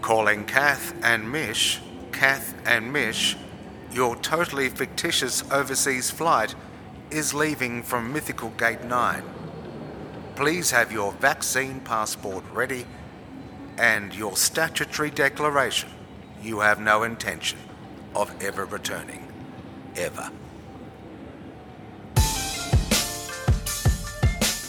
calling Kath and Mish, Kath and Mish, your totally fictitious overseas flight is leaving from Mythical Gate 9. Please have your vaccine passport ready and your statutory declaration. You have no intention of ever returning. Ever.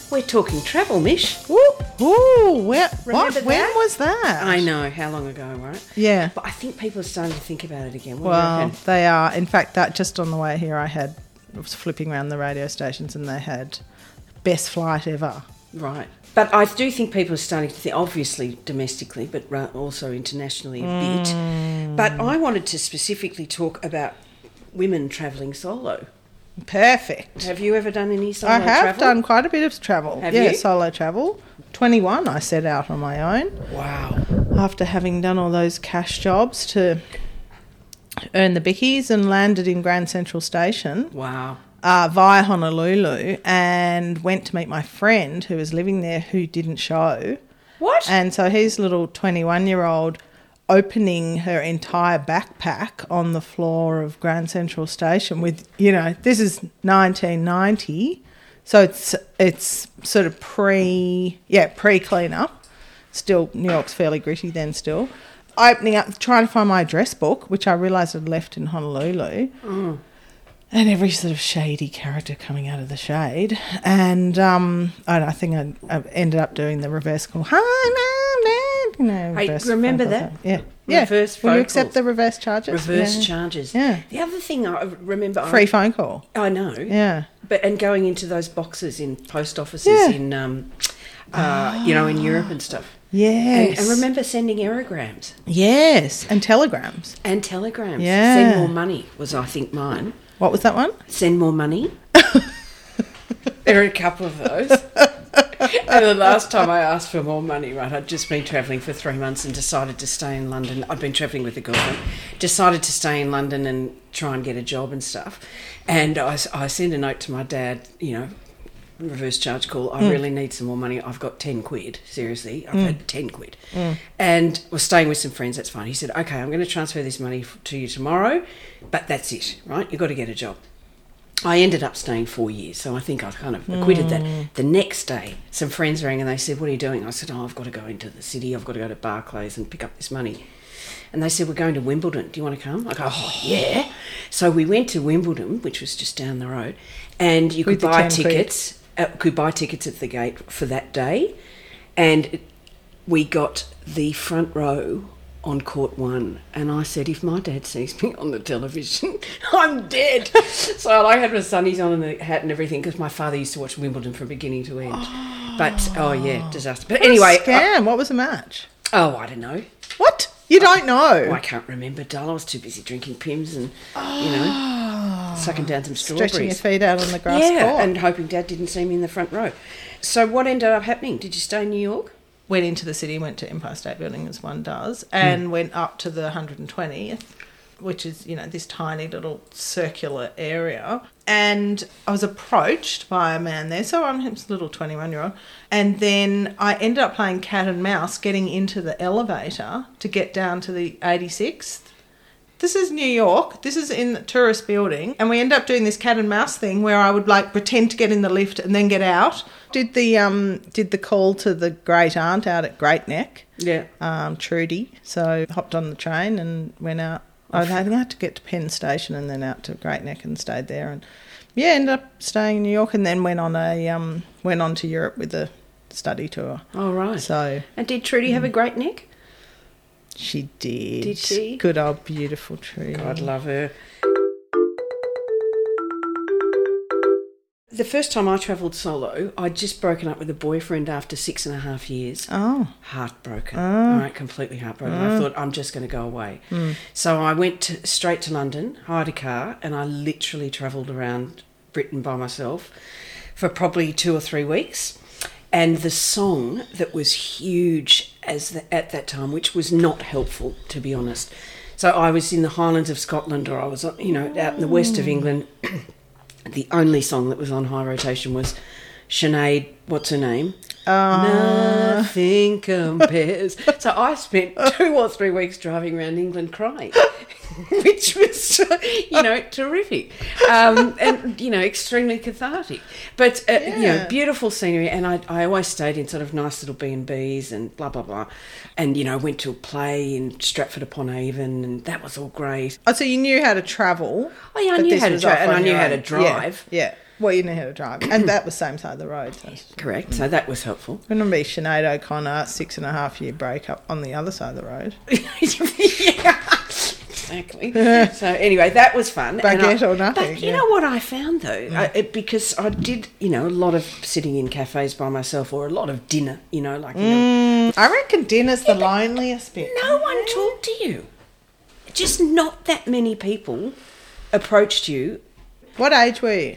We're talking travel, Mish. Whoop, whoop, where, what? Remember When that? was that? I know how long ago, right? Yeah. But I think people are starting to think about it again. What do you Well, reckon? they are. In fact, that just on the way here, I had I was flipping around the radio stations, and they had best flight ever. right. But I do think people are starting to think, obviously domestically, but ra- also internationally a Mm. bit. But I wanted to specifically talk about women travelling solo. Perfect. Have you ever done any solo I have travel? done quite a bit of travel. Have yeah, you? solo travel. Twenty-one, I set out on my own. Wow. after having done all those cash jobs to earn the bickies and landed in Grand Central Station Wow. uh, via Honolulu and went to meet my friend who was living there who didn't show. What? And so his little 21 year old opening her entire backpack on the floor of Grand Central Station with, you know, this is 1990. So it's it's sort of pre yeah pre cleanup, still New York's fairly gritty then still, opening up trying to find my address book which I realised I'd left in Honolulu, and every sort of shady character coming out of the shade. And um, I, I think I, I ended up doing the reverse call. Hi, ma'am, ma'am. You know, Hey, reverse remember phone that? calls. Yeah. Yeah. Reverse Will you phone accept calls. the reverse charges? Reverse Yeah. charges. Yeah. The other thing I remember. I- Free phone call. I know. Yeah. But and going into those boxes in post offices Yeah. in, um, uh, you know, in Europe and stuff. And- Yes. And, remember sending aerograms Yes. And telegrams. and telegrams. Yeah. Send more money was I think mine. What was that one? Send more money. there are a couple of those. and the last time I asked for more money, right, I'd just been travelling for three months and decided to stay in London. I'd been travelling with a girlfriend, decided to stay in London and try and get a job and stuff. And I, s- I sent a note to my dad, you know, reverse charge call. I really need some more money. I've got 10 quid, seriously. I've had 10 quid. And was staying with some friends, that's fine. He said, okay, I'm going to transfer this money f- to you tomorrow, but that's it, right? You've got to get a job. I ended up staying four years, so I think I kind of acquitted Mm. that. The next day, some friends rang and they said, What are you doing? I said, Oh, I've got to go into the city, I've got to go to Barclays and pick up this money. And they said, We're going to Wimbledon, do you want to come? I go, Oh, yeah. So we went to Wimbledon, which was just down the road, and you could With the buy 10 quid. tickets, uh, could buy tickets at the gate for that day. And it- we got the front row on court one and I said, if my dad sees me on the television, I'm dead. so all I had was sunnies on and a hat and everything because my father used to watch Wimbledon from beginning to end. But oh yeah, disaster. But anyway, I, Scam. uh, what was the match? oh I don't know. What? You don't know. Oh, I can't remember. Dull. I was too busy drinking pims and you know sucking down some strawberries. Stretching your feet out on the grass yeah, court. and hoping Dad didn't see me in the front row. So what ended up happening? Did you stay in New York? went into the city, went to Empire State Building as one does, and went up to the 120th, which is, you know, this tiny little circular area. And I was approached by a man there, so I'm his little 21 year old. And then I ended up playing cat and mouse getting into the elevator to get down to the 86th. This is New York. This is in the tourist building. And we end up doing this cat and mouse thing where I would like pretend to get in the lift and then get out. Did the um did the call to the great aunt out at Great Neck, Yeah. um, Trudy. So hopped on the train and went out. I was having had to get to Penn Station and then out to Great Neck and stayed there and yeah, ended up staying in New York and then went on a um went on to Europe with a study tour. All right. So And did Trudy have a great neck? she did. Did she? Good old beautiful Trudy. God love her. The first time I travelled solo, I'd just broken up with a boyfriend after six and a half years. Oh. Heartbroken, right? Completely heartbroken. I thought, I'm just going to go away. So I went to, straight to London, hired a car, and I literally travelled around Britain by myself for probably two or three weeks. And the song that was huge as the, at that time, which was not helpful, to be honest. So I was in the Highlands of Scotland, or I was, you know, out in the west of England. the only song that was on high rotation was Sinead, what's her name? Nothing compares. so I spent two or three weeks driving around England crying, which was, you know, terrific um, and, you know, extremely cathartic. But, uh, you know, Yeah. beautiful scenery. And I, I always stayed in sort of nice little B&Bs and blah, blah, blah. And, you know, went to a play in Stratford upon Avon and that was all great. Oh, so you knew how to travel. Oh, yeah, I but knew this how to was drive off and on I knew your how to own. drive. Yeah, yeah. Well, you knew how to drive, and that was same side of the road. So it's Correct. So that was helpful. going to be Sinead O'Connor six and a half year breakup on the other side of the road. yeah, exactly. so anyway, that was fun. And Baguette I- or nothing, But you yeah. Mm. know what I found though, I, it, because I did, you know, a lot of sitting in cafes by myself or a lot of dinner. You know, like you Mm. know, I reckon dinner's the loneliest bit. no one talked to you. Just not that many people approached you. What age were you?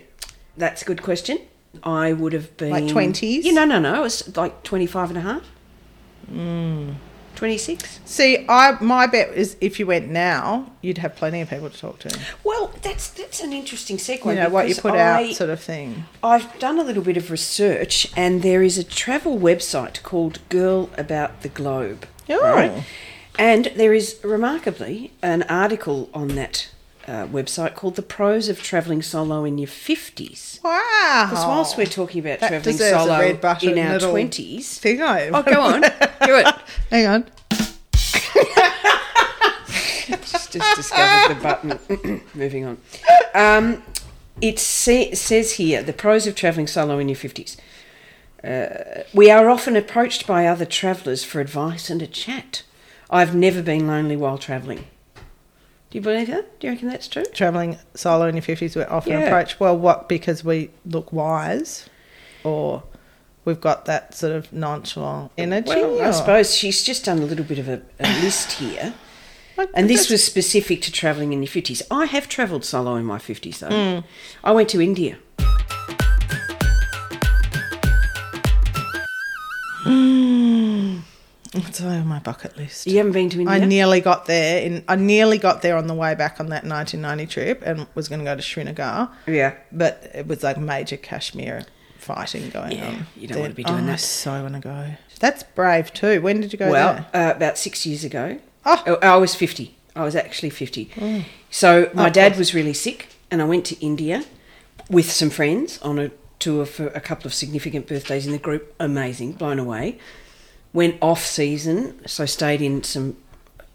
That's a good question. I would have been Like 20s? Yeah, no, no, no. It was like 25 and a half. Mm. 26. See, I my bet is if you went now, you'd have plenty of people to talk to. Well, that's that's an interesting segue. You know what you because put I- out, sort of thing. I've done a little bit of research, and there is a travel website called Girl About the Globe. Oh. And there is remarkably an article on that uh, website called "The Pros of Traveling Solo in Your 50s." Wow. Because whilst we're talking about Oh. That traveling deserves a solo red button in our little twenties, thing, I- oh, go on, do it. Hang on. Just discovered the button. Moving on. Um, it sa- says here the pros of travelling solo in your 50s. Uh, we are often approached by other travellers for advice and a chat. I've never been lonely while travelling. Do you believe that? Do you reckon that's true? Traveling solo in your fifties, we're often Yeah. approached. Well, what because we look wise, or we've got that sort of nonchalant energy. Well, I or- suppose she's just done a little bit of a, a list here. I- And this that's- was specific to travelling in your 50s. I have travelled solo in my 50s, though. I went to India. it's on my bucket list. You haven't been to India? I nearly got there. In I nearly got there on the way back on that 1990 trip, and was going to go to Srinagar. Yeah. but it was like major Kashmir fighting going Yeah, on. you don't there. want to be doing Oh, I that. so want to go. That's brave too. When did you go Well, there? uh, about six years ago. Oh. I- I was 50. I was actually 50. So my dad was really sick, and I went to India with some friends on a tour for a couple of significant birthdays in the group. Amazing, blown away. Went off season, so stayed in some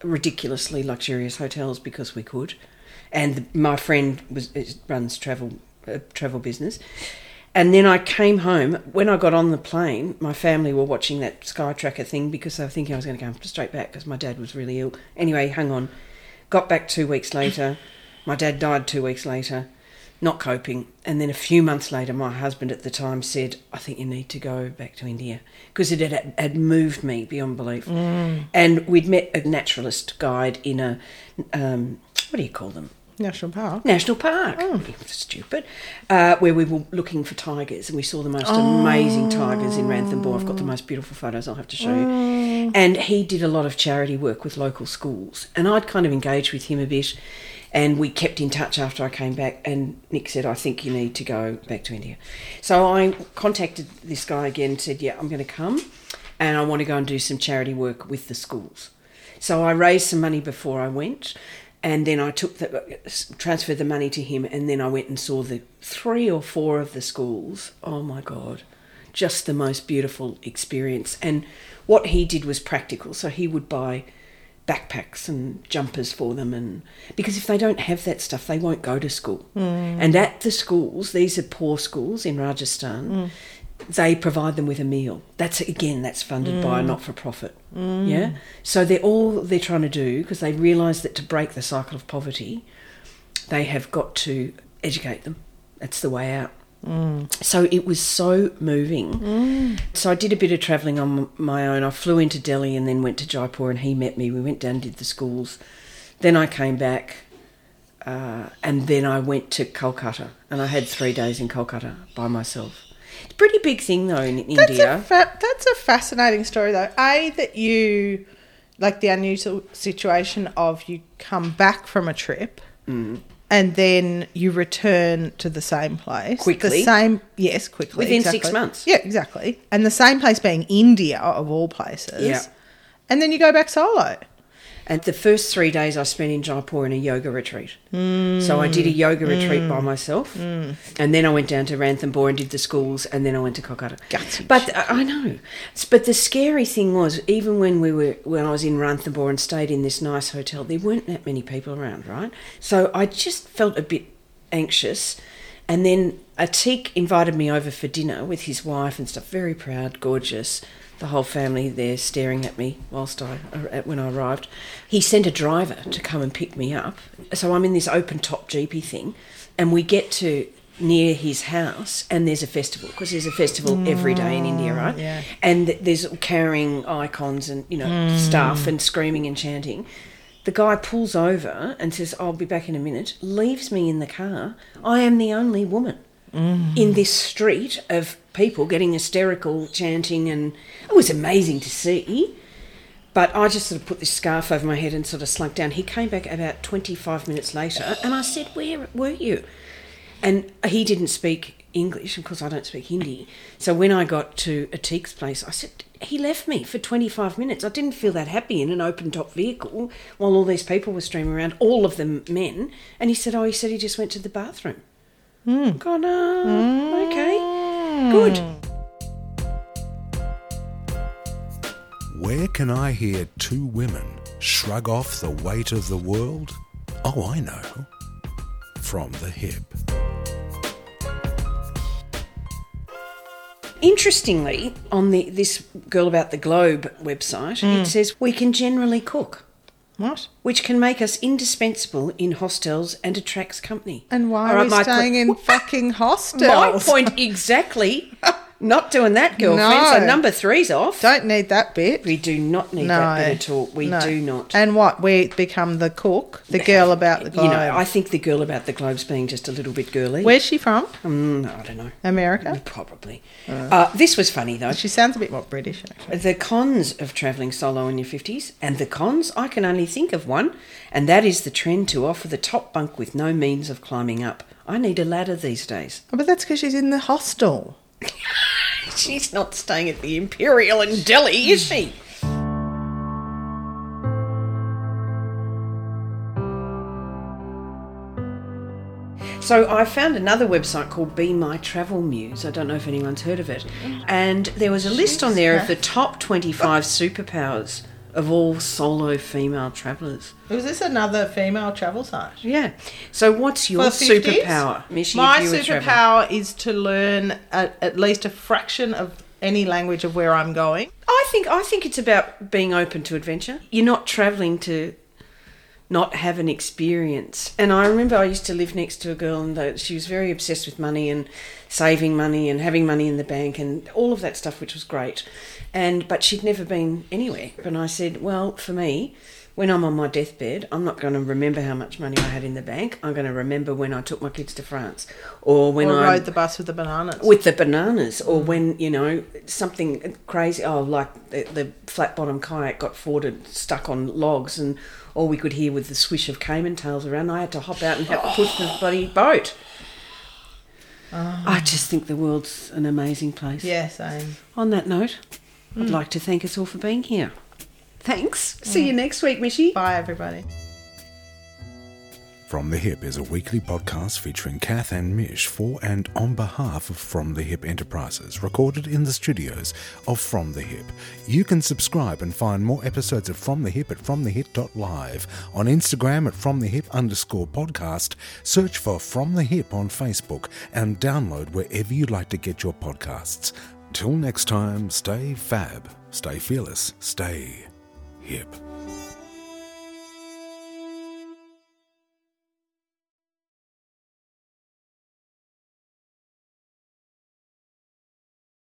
ridiculously luxurious hotels because we could. And my friend was is- runs travel uh, travel business. And then I came home. When I got on the plane, my family were watching that Sky Tracker thing because they were thinking I was going to come straight back because my dad was really ill. Anyway, hung on. Got back two weeks later. My dad died two weeks later. Not coping. And then a few months later, my husband at the time said, I think you need to go back to India because it had, had moved me beyond belief. And we'd met a naturalist guide in a, um, what do you call them? National Park. National Park. Stupid. Uh, where we were looking for tigers and we saw the most amazing tigers in Ranthambore. I've got the most beautiful photos I'll have to show you. And he did a lot of charity work with local schools. And I'd kind of engaged with him a bit and we kept in touch after I came back. And Nick said, I think you need to go back to India. So I contacted this guy again, said, Yeah, I'm going to come and I want to go and do some charity work with the schools. So I raised some money before I went, and then I took the transferred the money to him, and then I went and saw the three or four of the schools. Oh my god, just the most beautiful experience. And what he did was practical. So he would buy backpacks and jumpers for them and because if they don't have that stuff they won't go to school and at the schools these are poor schools in rajasthan they provide them with a meal that's again that's funded by a not-for-profit yeah so they're all they're trying to do because they realize that to break the cycle of poverty they have got to educate them that's the way out Mm. so it was so moving. So I did a bit of travelling on m- my own. I flew into Delhi and then went to Jaipur, and he met me. We went down, and did the schools. Then I came back, uh, and then I went to Kolkata, and I had three days in Kolkata by myself. It's a pretty big thing though in That's India. a fa- that's a fascinating story though. A that you Mm. like the unusual situation of you come back from a trip. and then you return to the same place Quickly? The same, yes, quickly. Within six months? Yeah, exactly. And the same place being India of all places. Yeah. And then you go back solo. And the first three days I spent in Jaipur in a yoga retreat. So I did a yoga retreat by myself. And then I went down to Ranthambore and did the schools. And then I went to Kolkata. Gutsy But uh, I I know. S- But the scary thing was, even when we were when I was in Ranthambore and stayed in this nice hotel, there weren't that many people around, right? So I just felt a bit anxious. And then Atik invited me over for dinner with his wife and stuff. Very proud, gorgeous. The whole family there staring at me whilst I ar- when I arrived. He sent a driver to come and pick me up. So I'm in this open top jeepy thing, and we get to near his house, and there's a festival because there's a festival every day in India, right? yeah. And th- there's carrying icons and you know stuff and screaming and chanting. The guy pulls over and says, "I'll be back in a minute." Leaves me in the car. I am the only woman in this street of people getting hysterical, chanting, and it was amazing to see. But I just sort of put this scarf over my head and sort of slunk down. He came back about 25 minutes later and I said, Where were you? And he didn't speak English. Of course, I don't speak Hindi. So when I got to Atik's place, I said, He left me for 25 minutes. I didn't feel that happy in an open top vehicle while all these people were streaming around, all of them men. And he said, Oh, he said he just went to the bathroom. Gone, "Oh, okay, good. Where can I hear two women shrug off the weight of the world? Oh, I know. From the hip. Interestingly, on the this Girl About the Globe website, Hmm. it says we can generally cook, What? which can make us indispensable in hostels and attracts company. And why All are right, we my staying po- in fucking My hostels? point exactly. Not doing that, girlfriend. So No. number three's off. Don't need that bit. we do not need no, that bit at all. We no. do not. And what? We become the cook, the girl about the globe. You know, I think the girl about the globe's being just a little bit girly. Where's she from? Mm, I don't know. America. Probably. Uh, this was funny though. She sounds a bit more British. Actually. The cons of travelling solo in your 50s, and the cons, I can only think of one, and that is the trend to offer the top bunk with no means of climbing up. I need a ladder these days. Oh, but that's because she's in the hostel. She's not staying at the Imperial in Delhi, is she? So I found another website called Be My Travel Muse. I don't know if anyone's heard of it. And there was a list on there of the top 25 superpowers of all solo female travellers. Was this another female travel site? Yeah. So what's your superpower, Mishy? My if you were travelling? superpower is to learn at, at least a fraction of any language of where I'm going. I think I think it's about being open to adventure. You're not traveling to not have an experience. And I remember I used to live next to a girl and that she was very obsessed with money and saving money and having money in the bank and all of that stuff which was great. And but she'd never been anywhere. And I said, "Well, for me, when I'm on my deathbed, I'm not going to remember how much money I had in the bank. I'm going to remember when I took my kids to France or when Or I rode the bus with the bananas. with the bananas or when you know something crazy oh like the, the flat bottom kayak got forwarded stuck on logs and all we could hear was the swish of caiman tails around i had to hop out and help push the bloody boat i just think the world's an amazing place yeah, same. on that note i'd like to thank us all for being here thanks see you next week mishy Bye, everybody. From the Hip is a weekly podcast featuring Kath and Mish for and on behalf of From the Hip Enterprises, recorded in the studios of From the Hip. You can subscribe and find more episodes of From the Hip at fromthehip.live, on Instagram at fromthehip underscore podcast, search for From the Hip on Facebook, and download wherever you like to get your podcasts. Till next time, stay fab, stay fearless, stay hip.